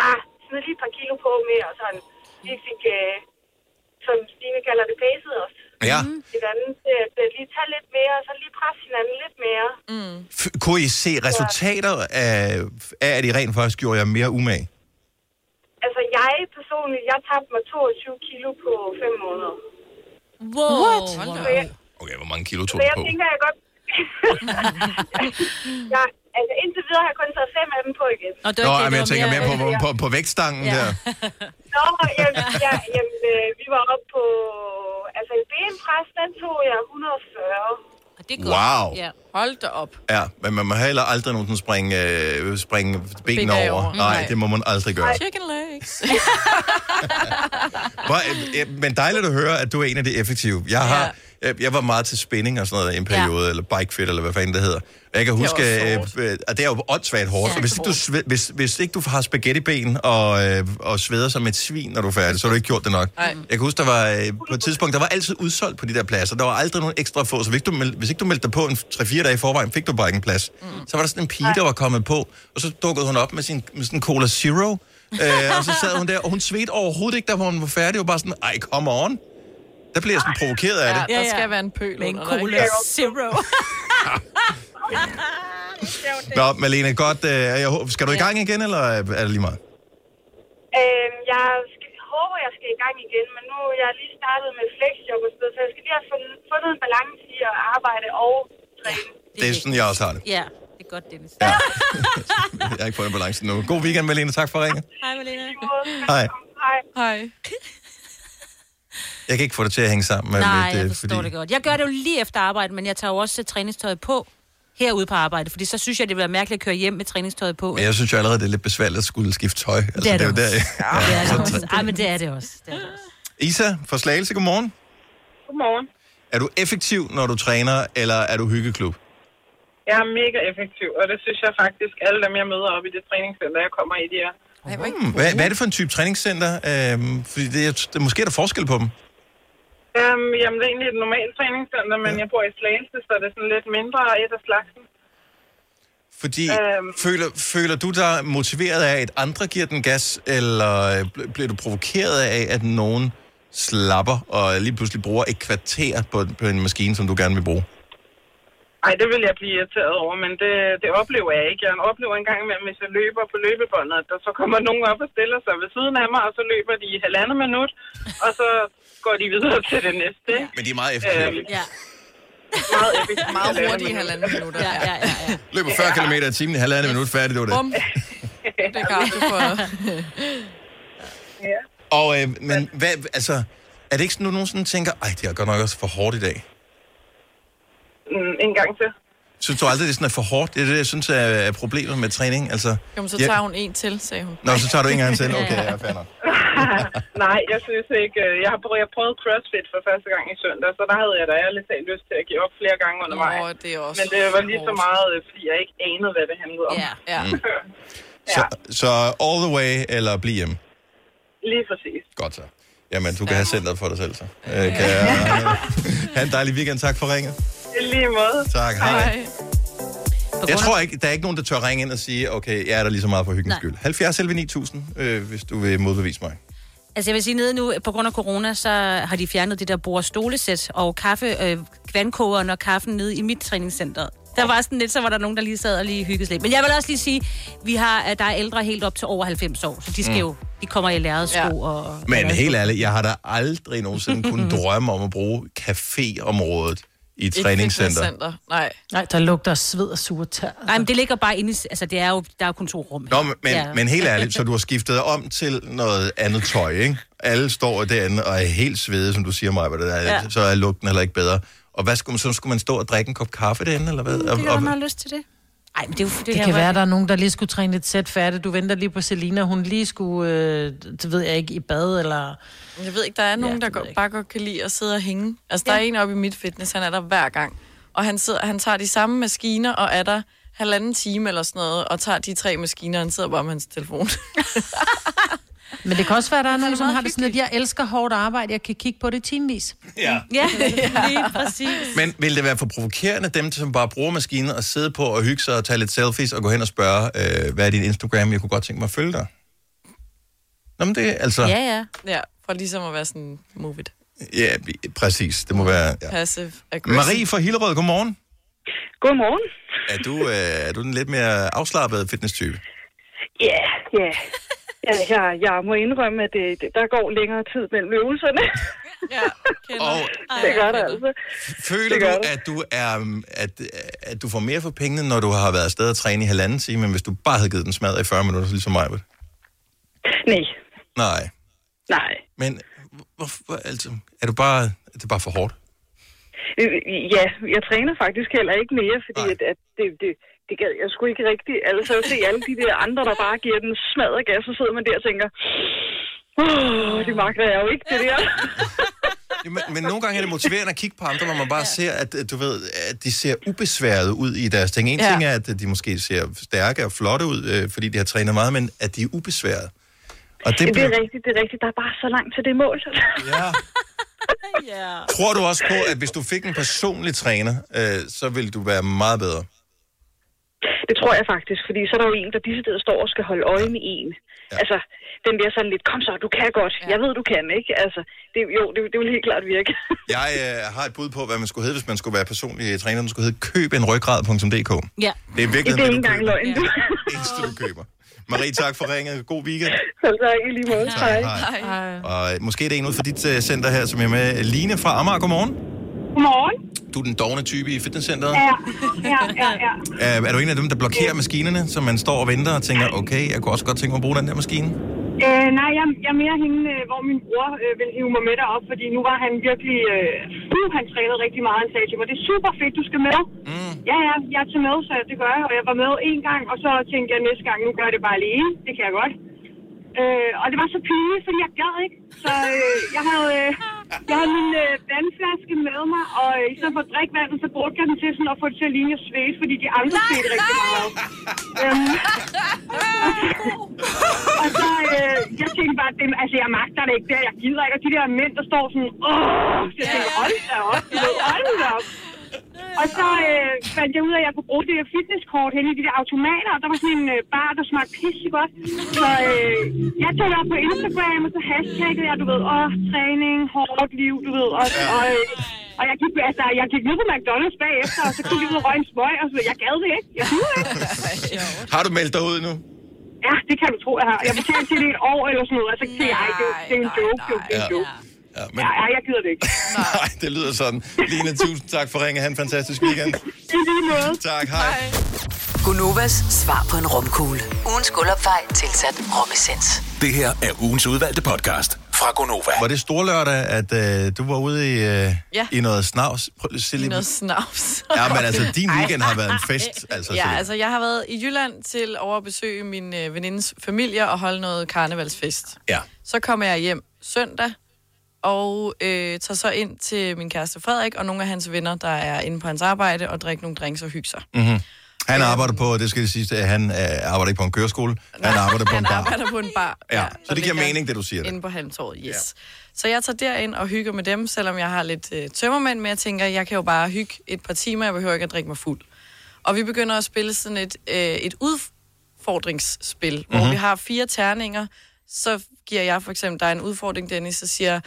S8: ah, smid lige et par kilo på med, og sådan. Vi fik, øh, som Stine kalder det, pacet os.
S1: Ja.
S8: Hinanden til at øh, lige tage lidt mere, og så lige presse hinanden lidt mere.
S1: F- kunne I se resultater af, af, at I rent faktisk gjorde jer mere umage?
S8: Altså, jeg personligt, jeg tabte mig 22 kilo på 5 måneder.
S2: Wow. What?
S8: Så jeg,
S1: Okay, hvor mange kilo tog
S8: Så
S1: du
S8: jeg
S1: på?
S8: tænker, jeg godt... <laughs> ja, altså indtil videre har jeg kun taget fem af dem på igen.
S2: Nå, det var
S1: Nå,
S2: ikke det,
S1: jamen,
S2: det
S1: jeg tænker mere
S2: var
S1: på, på, på, på vægtstangen ja.
S2: Ja.
S1: der.
S8: Nå, jamen, ja, jamen, øh, vi var oppe på... Altså i benpres, den tog jeg 140.
S2: Og Det er
S1: Wow.
S2: Ja.
S3: Hold da op.
S1: Ja, men man må heller aldrig nogensinde springe, øh, springe benene
S3: Benene
S1: over.
S3: over.
S1: Nej,
S3: Nej.
S1: det må man aldrig gøre.
S3: Chicken legs.
S1: Hvor, øh, øh, men dejligt at høre, at du er en af de effektive. Jeg, har, jeg, jeg var meget til spinning og sådan noget i en periode, ja. eller bikefit, eller hvad fanden det hedder. Og Jeg kan
S3: var
S1: huske, øh,
S3: hårdt.
S1: øh, at det er jo åndssvagt hårdt. Ja,
S2: Ja.
S1: hvis, ikke du, sved- hvis, hvis ikke du har spaghettiben og, øh, og sveder som et svin, når du er færdig, så har du ikke gjort det nok.
S3: Nej.
S1: Jeg kan huske, der var øh, på et tidspunkt, der var altid udsolgt på de der pladser. Der var aldrig nogen ekstra få, så hvis, ikke du, meld- hvis ikke du meldte dig på en 3-4 dage i forvejen, fik du bare ikke en plads. Mm. Så var der sådan en pige, der var kommet på, og så dukkede hun op med, sin, med sådan en Cola Zero, øh, og så sad hun der, og hun svedte overhovedet ikke, da hun var færdig, og bare sådan, ej, come on. Der bliver jeg sådan provokeret af det.
S3: Ja, der
S2: ja.
S3: skal være en pøl
S2: Med en
S3: under dig,
S2: cola
S3: ikke?
S2: zero.
S1: Nå, Malene, godt. Øh, jeg, håber- skal du i gang igen, eller er det lige meget?
S8: Øhm, jeg skal, håber, jeg skal i gang igen, men nu jeg er lige startet med flexjob og sådan noget, så jeg skal lige have fundet, fundet en balance i at arbejde og træne.
S1: Det er sådan, jeg også har det.
S2: Ja, det er godt, Dennis.
S1: Ja. jeg har ikke fået en balance nu. God weekend, Malene. Tak for ringen.
S2: Hej, Malena.
S1: Hej.
S8: Hej.
S3: Hej.
S1: Jeg kan ikke få det til at hænge sammen med
S2: Nej,
S1: mit, øh,
S2: jeg forstår
S1: fordi-
S2: det godt. Jeg gør det jo lige efter arbejde, men jeg tager jo også øh, træningstøjet på herude på arbejde, fordi så synes jeg, det vil være mærkeligt at køre hjem med træningstøjet på.
S1: Men jeg synes jo allerede, det er lidt besværligt at skulle skifte tøj. Altså,
S2: det
S1: jo
S2: også.
S1: der, ja.
S2: Det er det også. Ej, men det er det også. Det er det også.
S1: Isa fra Slagelse, godmorgen.
S8: Godmorgen.
S1: Er du effektiv, når du træner, eller er du hyggeklub?
S8: Jeg er mega effektiv, og det synes jeg faktisk, alle dem, jeg møder op i det træningscenter, jeg kommer i, de er.
S3: Ej, hvor ikke
S1: Hmm, Hvad, hvad er det for en type træningscenter? Øhm, fordi det, er- det, måske er der forskel på dem.
S8: Øhm, jamen, det er egentlig et normalt træningscenter, men ja. jeg bor i Slagelse, så det er sådan lidt mindre et af slagsen.
S1: Fordi
S8: Øhm.
S1: føler, føler du dig motiveret af, at andre giver den gas, eller øh, bl- bliver du provokeret af, at nogen slapper og lige pludselig bruger et kvarter på, på en maskine, som du gerne vil bruge?
S8: Ej, det vil jeg blive irriteret over, men det, det oplever jeg ikke. Jeg oplever engang imellem, hvis jeg løber på løbebåndet, at der så kommer nogen op og stiller sig ved siden af mig, og så løber de i halvandet minut, og så går de videre til det næste. Ja.
S1: Men de er meget
S8: Øhm,
S1: effektive.
S2: Ja,
S8: meget effektivt.
S3: meget
S8: halvandet
S3: hurtigt i
S8: minut.
S3: halvanden minutter.
S2: ja, ja, ja. ja.
S1: Løber 40 km i timen i halvandet minut, færdig, det var det.
S3: Bum. Det gør du for...
S1: Og, øh, men hvad, altså, er det ikke sådan, at du nogensinde tænker, ej, det er godt nok også for hårdt i dag?
S8: Mm, en gang til.
S1: Synes du aldrig, det er sådan er for hårdt? Det er det, jeg synes er, er problemet med træning. Altså,
S3: Jo, men så
S1: Ja.
S3: tager hun en til, sagde hun.
S1: nå, så tager du ikke
S3: <laughs>
S1: engang selv. Okay, jeg fair nok.
S8: Nej, jeg synes ikke. øh, Jeg har, prøvet, jeg har prøvet CrossFit for første gang i søndag, så der havde jeg da ærligt talt lyst til at give op flere gange
S3: Nå,
S8: undervejs.
S3: det er også
S8: Men det var lige så
S3: hårdt.
S8: meget, øh, fordi jeg ikke anede, hvad det handlede om.
S2: ja.
S3: Ja.
S1: Mm. Så, så all the way, eller bliv hjemme.
S8: Lige præcis.
S1: Godt så. Jamen, du kan have centret for dig selv, så. Øh, kan jeg, ha' en dejlig weekend. Tak for ringet.
S8: I lige måde.
S1: Tak, hej.
S3: Hej.
S1: Jeg tror ikke, der er ikke nogen, der tør ringe ind og sige, okay, jeg er der lige så meget for hyggens
S2: Nej.
S1: skyld. 70 11 9000, øh, hvis du vil modbevise mig.
S2: Altså jeg vil sige, nede nu, på grund af corona, så har de fjernet det der bord- og stolesæt, og kaffe, øh, vandkogeren og kaffen nede i mit træningscenter. Der var sådan lidt, så var der nogen, der lige sad og lige hyggede sig lidt. Men jeg vil også lige sige, vi har, at der er ældre helt op til over 90 år, så de skal mm. jo, de kommer i lærrede sko
S3: Ja.
S2: ja. og... og
S1: Men
S2: lærrede
S1: helt ærligt, jeg har da aldrig nogensinde kunnet drømme om at bruge caféområdet i et
S3: Et
S1: træningscenter.
S3: fitnesscenter. Nej.
S4: Nej, der lugter sved og sure tær.
S2: sko. Nej, men det ligger bare inde i... Altså, det er jo, der er jo kun to rum.
S1: Nå,
S2: her.
S1: men, men,
S2: Ja.
S1: men helt ærligt, så du har skiftet om til noget andet tøj, ikke? Alle står derinde og er helt svede, som du siger mig, det er,
S2: Ja.
S1: så er lugten heller ikke bedre. Og hvad skulle, man- så skulle man stå og drikke en kop kaffe derinde, eller hvad?
S2: Det kan
S1: og,
S2: være, man
S1: og,
S2: har lyst til det. Nej, men det er jo fordi,
S4: Det kan være, der er nogen, der lige skulle træne et sæt færdigt. Du venter lige på Selina, hun lige skulle, øh, det ved jeg ikke, i bad eller...
S3: Jeg ved ikke, der er nogen,
S4: det ved
S3: ja, der
S4: jeg
S3: går,
S4: ikke.
S3: bare godt kan lide at sidde og hænge. Altså, der er en oppe i mit fitness, han er der hver gang. Og han, sidder, han tager de samme maskiner og er der halvanden time eller sådan noget, og tager de tre maskiner, og han sidder bare med hans telefon. <laughs>
S4: Men det kan også være, der er nogen, som har det sådan lidt, jeg elsker hårdt arbejde, jeg kan kigge på det timevis.
S1: ja.
S2: Ja, lige præcis.
S1: Men vil det være for provokerende, dem som bare bruger maskinen og sidde på og hygge sig og tage lidt selfies og gå hen og spørge, øh, hvad er din Instagram, jeg kunne godt tænke mig at følge dig? Nå, men det er altså...
S2: Ja, ja.
S3: ja, for ligesom at være sådan, move it.
S1: ja præcis. Det må være... Ja.
S3: Passive aggressive.
S1: Marie fra Hillerød, godmorgen.
S8: Godmorgen.
S1: Er du, øh, er du den lidt mere afslappede fitness-type?
S8: Ja, ja. Ja, jeg, jeg må indrømme, at det, det- der går længere tid mellem øvelserne. <laughs>
S3: Ja, kender.
S1: Og
S8: det gør der altså.
S1: føler
S8: det gør
S1: du,
S8: det.
S1: at du, er, øhm, at, at du får mere for pengene, når du har været afsted og træne i halvanden time, end hvis du bare havde givet den smadret i 40 minutter, ligesom mig? vel?
S8: Nej,
S1: Nej.
S8: nej.
S1: Men hvorfor, altså, er du bare, er det bare for hårdt?
S8: Øh, Ja, jeg træner faktisk heller ikke mere, fordi
S1: Nej.
S8: at, at det, det, det gad jeg sgu ikke rigtigt. Altså at se alle de der andre, der bare giver den smadret gas, så sidder man der og tænker, åh, det magter jeg jo ikke, det der.
S1: Men, men nogle gange er det motiverende at kigge på andre, når man bare ser, at, øh, du ved, at de ser ubesværet ud i deres ting. En ja.
S3: Ja.
S1: ting er, at de måske ser stærke og flotte ud, øh, fordi de har trænet meget, men at de er ubesværet. Og det,
S8: Det
S1: bliver...
S8: er rigtigt, det er rigtigt. Der er bare så langt til det mål.
S1: Ja. Tror du også på, at hvis du fik en personlig træner, øh, så ville du være meget bedre?
S8: Det tror jeg faktisk, fordi så er der jo en, der disse steder står og skal holde øje med en. Ja. Altså, den bliver sådan lidt, kom så, du kan godt. Ja. Jeg ved, du kan, ikke? Altså, det, jo, det, det vil helt klart virke.
S1: Jeg øh, har et bud på, hvad man skulle hedde, hvis man skulle være personlig træner. Den skulle hedde købenryggrad.dk.
S2: Ja.
S1: Det er
S8: det,
S1: virkelig
S8: det
S1: det,
S8: er
S1: du
S8: ikke engang
S1: køber.
S8: løgn, du. <laughs>
S1: Det eneste, du køber. Marie, tak for ringet. God weekend.
S8: Så der er ikke lige måde. Hej.
S1: Hej.
S4: Ej.
S1: Og øh, måske er det en ud for dit øh, center her, som jeg er med. Line fra Amager, godmorgen.
S8: Godmorgen.
S1: Du er den dogne type i fitnesscenteret.
S8: Ja, ja, ja, ja.
S1: Er, er du en af dem, der blokerer maskinerne, så man står og venter og tænker, okay, jeg kunne også godt tænke mig at bruge den der maskine?
S8: Øh, nej, jeg, jeg er mere hende, øh, hvor min bror øh, ville hive mig med derop, fordi nu var han virkelig... Øh, uh, han trænede rigtig meget. Han sagde til mig, det er super fedt, du skal med. Mm. Ja, ja, jeg er til med, så det gør jeg. Og jeg var med en gang, og så tænkte jeg næste gang, nu gør jeg det bare alene. Det kan jeg godt. Øh, og det var så pinligt, fordi jeg gad ikke. Så øh, jeg havde... Øh, jeg havde min øh, vandflaske med mig, og øh, i stedet for at drikke vandet, så brugte jeg den til sådan at få det til at ligne at svede, fordi de andre svedte rigtig meget. Øhm, og så, øh, jeg tænkte bare, dem, altså, jeg magter det ikke der, jeg gider ikke. Og de der mænd, der står sådan, åh, så jeg tænkte, hold da op, du ved, hold da op. Og så øh, fandt jeg ud af, at jeg kunne bruge det her fitnesskort hen i de der automater, og der var sådan en øh, bar, der smagte pisse godt. Så øh, jeg tog det op på Instagram, og så hashtaggede jeg, du ved, åh, træning, hårdt liv, du ved, og, og, øh, og jeg gik, altså, jeg gik ned på McDonald's bagefter, og så gik jeg ud og røg en smøg, og så jeg gad det ikke. Jeg kunne ikke.
S1: Har du meldt dig ud nu?
S8: Ja, det kan du tro, jeg har. Jeg betalte til det i et år eller sådan noget, og så tænkte jeg, "Ej, det, er- det er en joke, jo, det er en joke.
S1: Ja, men...
S8: Ja, ja, jeg gider det ikke.
S1: <laughs> Nej, det lyder sådan. Line, tusind tak for ringen. Ha' en fantastisk weekend.
S8: I lige måde.
S1: Tak, hej.
S5: Gunovas svar på en rumkugle. Ugens guldopfej tilsat romessens.
S6: Det her er ugens udvalgte podcast fra Gonova.
S1: Var det storlørdag, at øh, du var ude i, øh, ja.
S3: Ja.
S1: i noget snavs? Prøv lige at se lige...
S3: <laughs> Noget snavs.
S1: Ja, men altså, din weekend har været en fest. Altså,
S3: <laughs> Ja,
S1: Selina.
S3: altså jeg har været i Jylland til over at besøge min øh, venindes familie og holde noget karnevalsfest.
S1: ja.
S3: Så kommer jeg hjem søndag og øh, tager så ind til min kæreste Frederik og nogle af hans venner, der er inde på hans arbejde og drikker nogle drinks og hygger sig. Mm.
S1: Han arbejder på, det skal jeg sige, at han øh, arbejder ikke på en køreskole. Han arbejder på en
S3: Han
S1: bar.
S3: arbejder på en bar.
S1: Ja, så
S3: der
S1: det giver
S3: ligger
S1: mening, det du siger. der.
S3: Inde på halmtåret, yes. Ja. Så jeg tager derind og hygger med dem, selvom jeg har lidt øh, tømmermænd, men jeg tænker, jeg kan jo bare hygge et par timer, jeg behøver ikke at drikke mig fuld. Og vi begynder at spille sådan et, øh, et udfordringsspil, mm-hmm. hvor vi har fire terninger. Så giver jeg for eksempel dig en udfordring, Dennis, så siger jeg,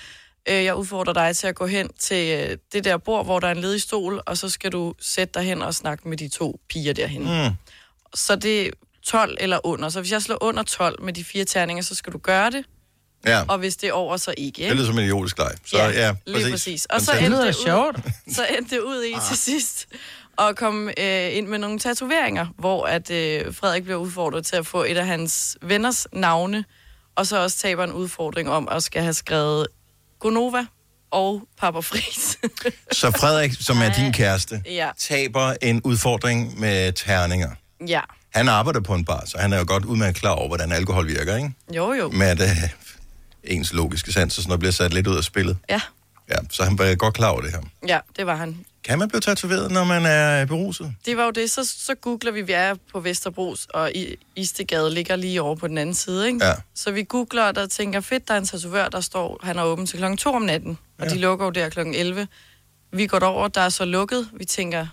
S3: øh, jeg udfordrer dig til at gå hen til øh, det der bord, hvor der er en ledig stol, og så skal du sætte dig hen og snakke med de to piger derhen. Mm. Så det er 12 eller under. Så hvis jeg slår under 12 med de fire terninger, så skal du gøre det.
S1: Ja,
S3: Og hvis det er over, så ikke.
S1: det
S3: ikke?
S1: lyder som en idiotisk leg. Så ja, ja
S3: lige præcis. Og så
S1: Fantastisk.
S4: Det lyder
S3: endte
S4: da
S3: det, ud,
S4: sjovt.
S3: <laughs> så endte det ud
S1: Ah.
S3: i til sidst at komme øh, ind med nogle tatoveringer, hvor at øh, Frederik bliver udfordret til at få et af hans venners navne, og så også taber en udfordring om at skal have skrevet Gonova og Papa Fris. <laughs>
S1: Så Frederik, som er din kæreste,
S3: Ja.
S1: taber en udfordring med terninger.
S3: ja.
S1: Han arbejder på en bar, så han er jo godt udmærket klar over, hvordan alkohol virker, ikke?
S3: Jo, jo.
S1: Med at øh, ens logiske sans og sådan noget bliver sat lidt ud af spillet.
S3: Ja.
S1: Ja, så han var godt klar over det her.
S3: Ja, det var han.
S1: Kan man blive tatoveret, når man er beruset?
S3: Det var jo det. Så, så googler vi, vi er på Vesterbros, og I, Istegade ligger lige over på den anden side, ikke?
S1: Ja.
S3: Så vi googler, og der tænker, fedt, der er en tatovør, der står, han er åben til klokken 2 om natten, og
S1: Ja.
S3: de lukker jo der klokken 11. Vi går derover, der er så lukket, vi tænker,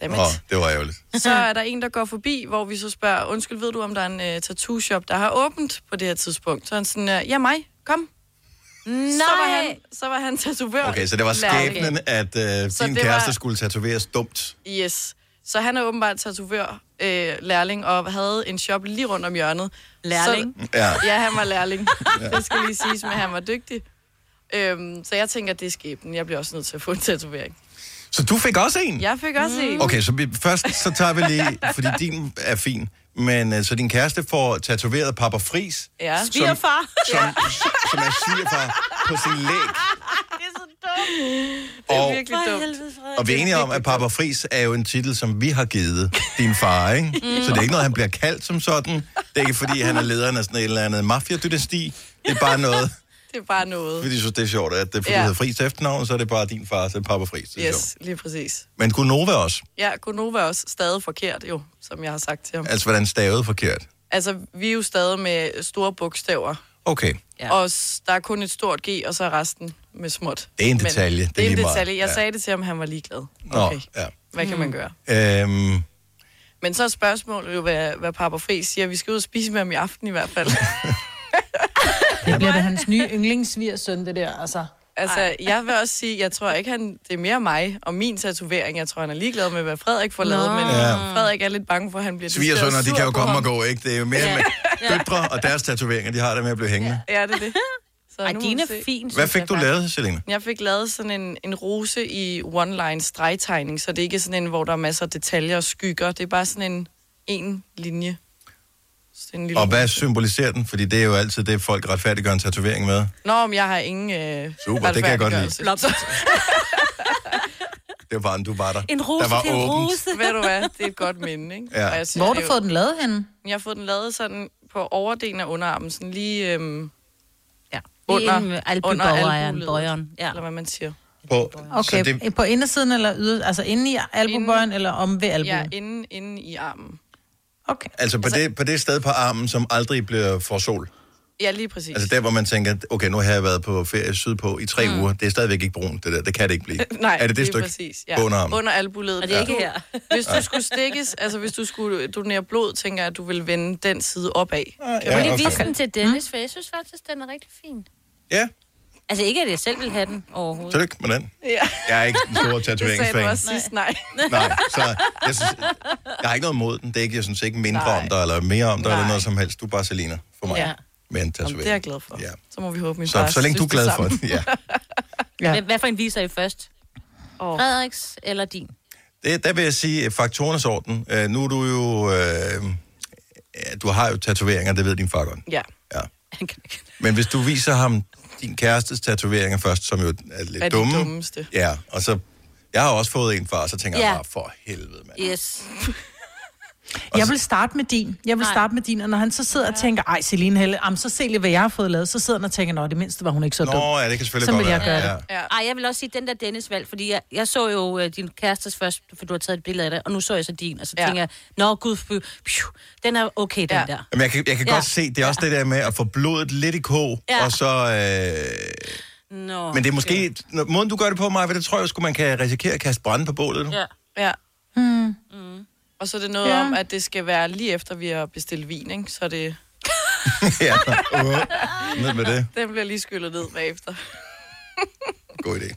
S3: dammit.
S1: Åh, oh, det var ærgerligt.
S3: Så er der en, der går forbi, hvor vi så spørger, undskyld, ved du, om der er en øh, tattoo-shop, der har åbent på det her tidspunkt? Så er han sådan, øh, ja mig, kom.
S2: Nej.
S3: Så var han, så var han tatovør.
S1: Okay, så det var
S3: Lærling.
S1: skæbnen, at øh,
S3: Så
S1: din
S3: det var-
S1: kæreste skulle tatoveres dumt.
S3: Yes. Så han er åbenbart tatovør, øh, lærling, og havde en shop lige rundt om hjørnet.
S2: Lærling?
S3: Så,
S1: Ja.
S3: ja, han var <laughs> lærling. Det skal lige siges, men han var dygtig. Øhm, så jeg tænker, det er skæbnen. Jeg bliver også nødt til at få en tatovering. Mm.
S1: Så du fik også en?
S3: Jeg fik også en.
S1: Okay, så vi, først så tager vi
S3: <laughs>
S1: lige, fordi din er fin, men øh, så din kæreste får tatoveret Papa Fris,
S3: Ja.
S2: Svigerfar.
S1: som, som er svigerfar på sin
S3: <laughs>
S1: læg.
S2: Det er så dumt.
S3: Det er
S1: Og,
S3: virkelig
S2: For
S3: dumt.
S2: helvede, Frederik.
S1: og vi er enige om, at Papa Fris er jo en titel, som vi har givet din far,
S3: Mm.
S1: ikke? Så det er ikke noget, han bliver kaldt som sådan. Det er ikke, fordi han er lederen af sådan et eller andet mafia-dynasti. Det er bare noget,
S3: Det er bare noget.
S1: fordi de synes, det er sjovt, at det er, fordi
S3: Ja.
S1: ja. hedder Fris til efternavn, så er det bare din far, så er det Papa Fris. Det er sjovt.
S3: Yes, lige præcis.
S1: Men kunne Nova også?
S3: Ja, Gunova er også stadig forkert, jo, som jeg har sagt til ham.
S1: Altså, hvordan stavede forkert?
S3: Altså, vi er jo stadig med store bogstaver,
S1: Okay.
S2: Ja.
S3: ja. og s- der er kun et stort G, og så er resten med småt.
S1: Det er en
S3: Men
S1: detalje, det er
S3: Det er en
S1: lige meget.
S3: detalje. Jeg
S1: Ja.
S3: sagde det til ham, han var ligeglad.
S1: Nå,
S3: Okay,
S1: ja.
S3: hvad kan man gøre?
S1: Øhm,
S3: Men så er spørgsmålet jo, hvad, hvad Papa Fri siger. Vi skal ud og spise med ham i aften i hvert fald.
S4: Det bliver da hans nye yndlingssvigersøn, det der, altså.
S3: altså, jeg vil også sige, jeg tror ikke, han, det er mere mig og min tatovering. Jeg tror, han er ligeglad med, hvad Frederik får lavet. Men
S1: Ja.
S3: Frederik er lidt bange for, at han bliver decideret
S1: Svigersønner, de
S3: sur
S1: kan jo
S3: på
S1: komme og
S3: ham.
S1: gå, ikke? Det er jo mere med døtre og deres tatoveringer, de har det med at blive hængende.
S3: Ja, det er det. Så
S2: Ej,
S3: nu må
S2: din
S3: vi
S2: er
S3: se.
S2: fin.
S1: Hvad
S2: synes
S1: fik
S2: jeg
S1: du
S2: faktisk.
S1: lavet, Selina?
S3: Jeg fik lavet sådan en, en rose i one-line stregtegning, så det er ikke sådan en, hvor der er masser af detaljer og skygger. Det er bare sådan en en linje. Sådan en lille
S1: Og hvad symboliserer den? Fordi det er jo altid det, folk retfærdiggør en tatovering med.
S3: Nå, men jeg har ingen øh,
S1: Super, det kan jeg godt lide.
S3: retfærdiggørelse.
S2: Blomster.
S1: Det var bare, du var der.
S2: En rose
S1: der var
S2: til en
S1: åbent.
S2: rose.
S3: Ved du hvad, det er et godt minde, ikke?
S1: Ja.
S3: Og jeg synes,
S4: Hvor har du
S3: det er jo-
S4: fået den lavet henne?
S3: Jeg har fået den lavet sådan på overdelen af underarmen, sådan lige øhm,
S2: Ja. Under,
S3: under, under
S2: albuborgeren,
S3: albuledet.
S2: bøjeren. Ja.
S3: Eller hvad man siger.
S1: På,
S4: Okay,
S1: så det,
S4: det... på indersiden eller yder, altså inde i albumbøjen eller om ved albuen?
S3: Ja, inden, inden i armen.
S4: Okay.
S1: altså, på, det, på det sted på armen, som aldrig bliver for sol.
S3: Ja, lige præcis.
S1: Altså der, hvor man tænker, okay, nu har jeg været på ferie sydpå i tre mm. uger. Det er stadigvæk ikke brunt, det der. Det kan det ikke blive.
S3: <laughs> Nej,
S1: er det det
S3: lige
S1: stykke
S3: præcis.
S1: på underarmen?
S3: Under albuledet.
S2: Og det er ikke her.
S3: Hvis du skulle stikkes, altså hvis du skulle donere blod, tænker jeg, at du vil vende den side opad.
S2: Må
S1: Ja,
S2: de vise
S1: okay.
S2: den til Dennis, for jeg synes faktisk, den er rigtig fin.
S1: ja,
S2: Altså ikke, at jeg selv vil have den overhovedet.
S1: tillykke med den.
S3: Ja,
S1: Jeg er ikke en stor
S3: det sagde du
S1: tatoveringsfan.
S3: også sidst, nej.
S1: Nej, så jeg, synes, jeg har ikke noget mod den. Det er ikke, jeg synes ikke mindre Nej.
S3: Nej.
S1: om dig, eller mere om dig, eller
S3: Nej.
S1: noget som helst. Du er bare Selina for mig. Ja.
S3: Ja.
S1: Med en
S3: Jamen,
S1: tatovering.
S3: det er jeg glad for.
S1: Ja.
S3: Så må vi håbe, min far
S1: Så, så længe du er
S3: synes
S1: glad for
S3: samme.
S1: det,
S3: <laughs>
S1: ja.
S2: Hvad- Hvad for en viser I først?
S3: Åh.
S2: Frederiks eller din?
S1: Det, der vil jeg sige øh, faktorernes orden. Øh, nu er du jo... Øh, ja, du har jo tatoveringer, det ved din far godt.
S3: Ja,
S1: Ja.
S2: Han kan ikke-
S1: Men hvis du viser ham din kærestes tatoveringer først, som jo er lidt
S3: er
S1: dumme.
S3: det dummeste.
S1: Ja, og så... Jeg har også fået en far, og så tænker
S2: Ja.
S1: jeg bare, for helvede, mand.
S2: Yes.
S4: Jeg vil starte med din. Jeg vil
S2: Nej.
S4: starte med din, og når han så sidder og tænker, ej, Celine Helle, am, så se lige, hvad jeg har fået lavet, så sidder han og tænker, nå, det mindste var hun ikke så dum.
S1: Nå, ja, det kan selvfølgelig
S4: Så
S1: godt
S4: vil jeg
S1: være.
S4: gøre
S1: ja.
S4: det.
S3: Ja.
S2: Ej, jeg vil også sige, den der Dennis valg, fordi jeg, jeg så jo øh, din kærestes først, for du har taget et billede af det, og nu så jeg så din, og så ja.
S3: Ja.
S2: tænker jeg, nå gud, fy, pju, den er okay, den ja.
S3: Ja.
S2: der.
S1: Jamen, jeg kan, jeg kan ja.
S2: Ja.
S1: godt se, det er også det der med at få blodet lidt i kog, ja.
S2: Ja.
S1: og så... Øh,
S2: Nå,
S1: men det er måske... Når, måden, du gør det på, Maja, det tror jeg sgu, man kan risikere at kaste brænde på bålet. Ja.
S2: Ja.
S3: Ja. Mm. Og så er det noget
S4: Ja.
S3: om, at det skal være lige efter, vi har bestilt vin, ikke? Så det,
S1: <laughs> ja. Uh, ned med det.
S3: den bliver lige skyllet ned bagefter.
S1: God idé.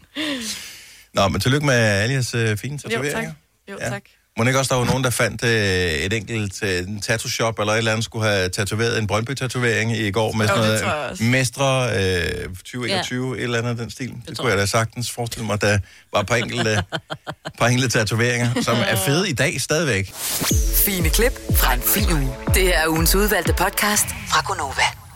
S1: Nå, men tillykke med alle jeres øh, fine
S3: Jo, tak.
S1: tatoveringer.
S3: Jo,
S1: Ja.
S3: tak.
S1: Må ikke også, der var nogen, der fandt øh, et enkelt øh, en tattoo-shop eller et eller andet, skulle have tatoveret en Brøndby-tatovering i går med
S3: Jo,
S1: sådan noget
S3: det tror jeg
S1: øh,
S3: også.
S1: mestre øh, 2021, et eller andet af den stil. Det, det
S2: tror
S1: kunne jeg da sagtens forestille mig, der var et par enkelte, par enkelte tatoveringer, som er fede i dag stadigvæk.
S5: Fine klip fra en fin uge. Det her er ugens udvalgte podcast fra Gonova.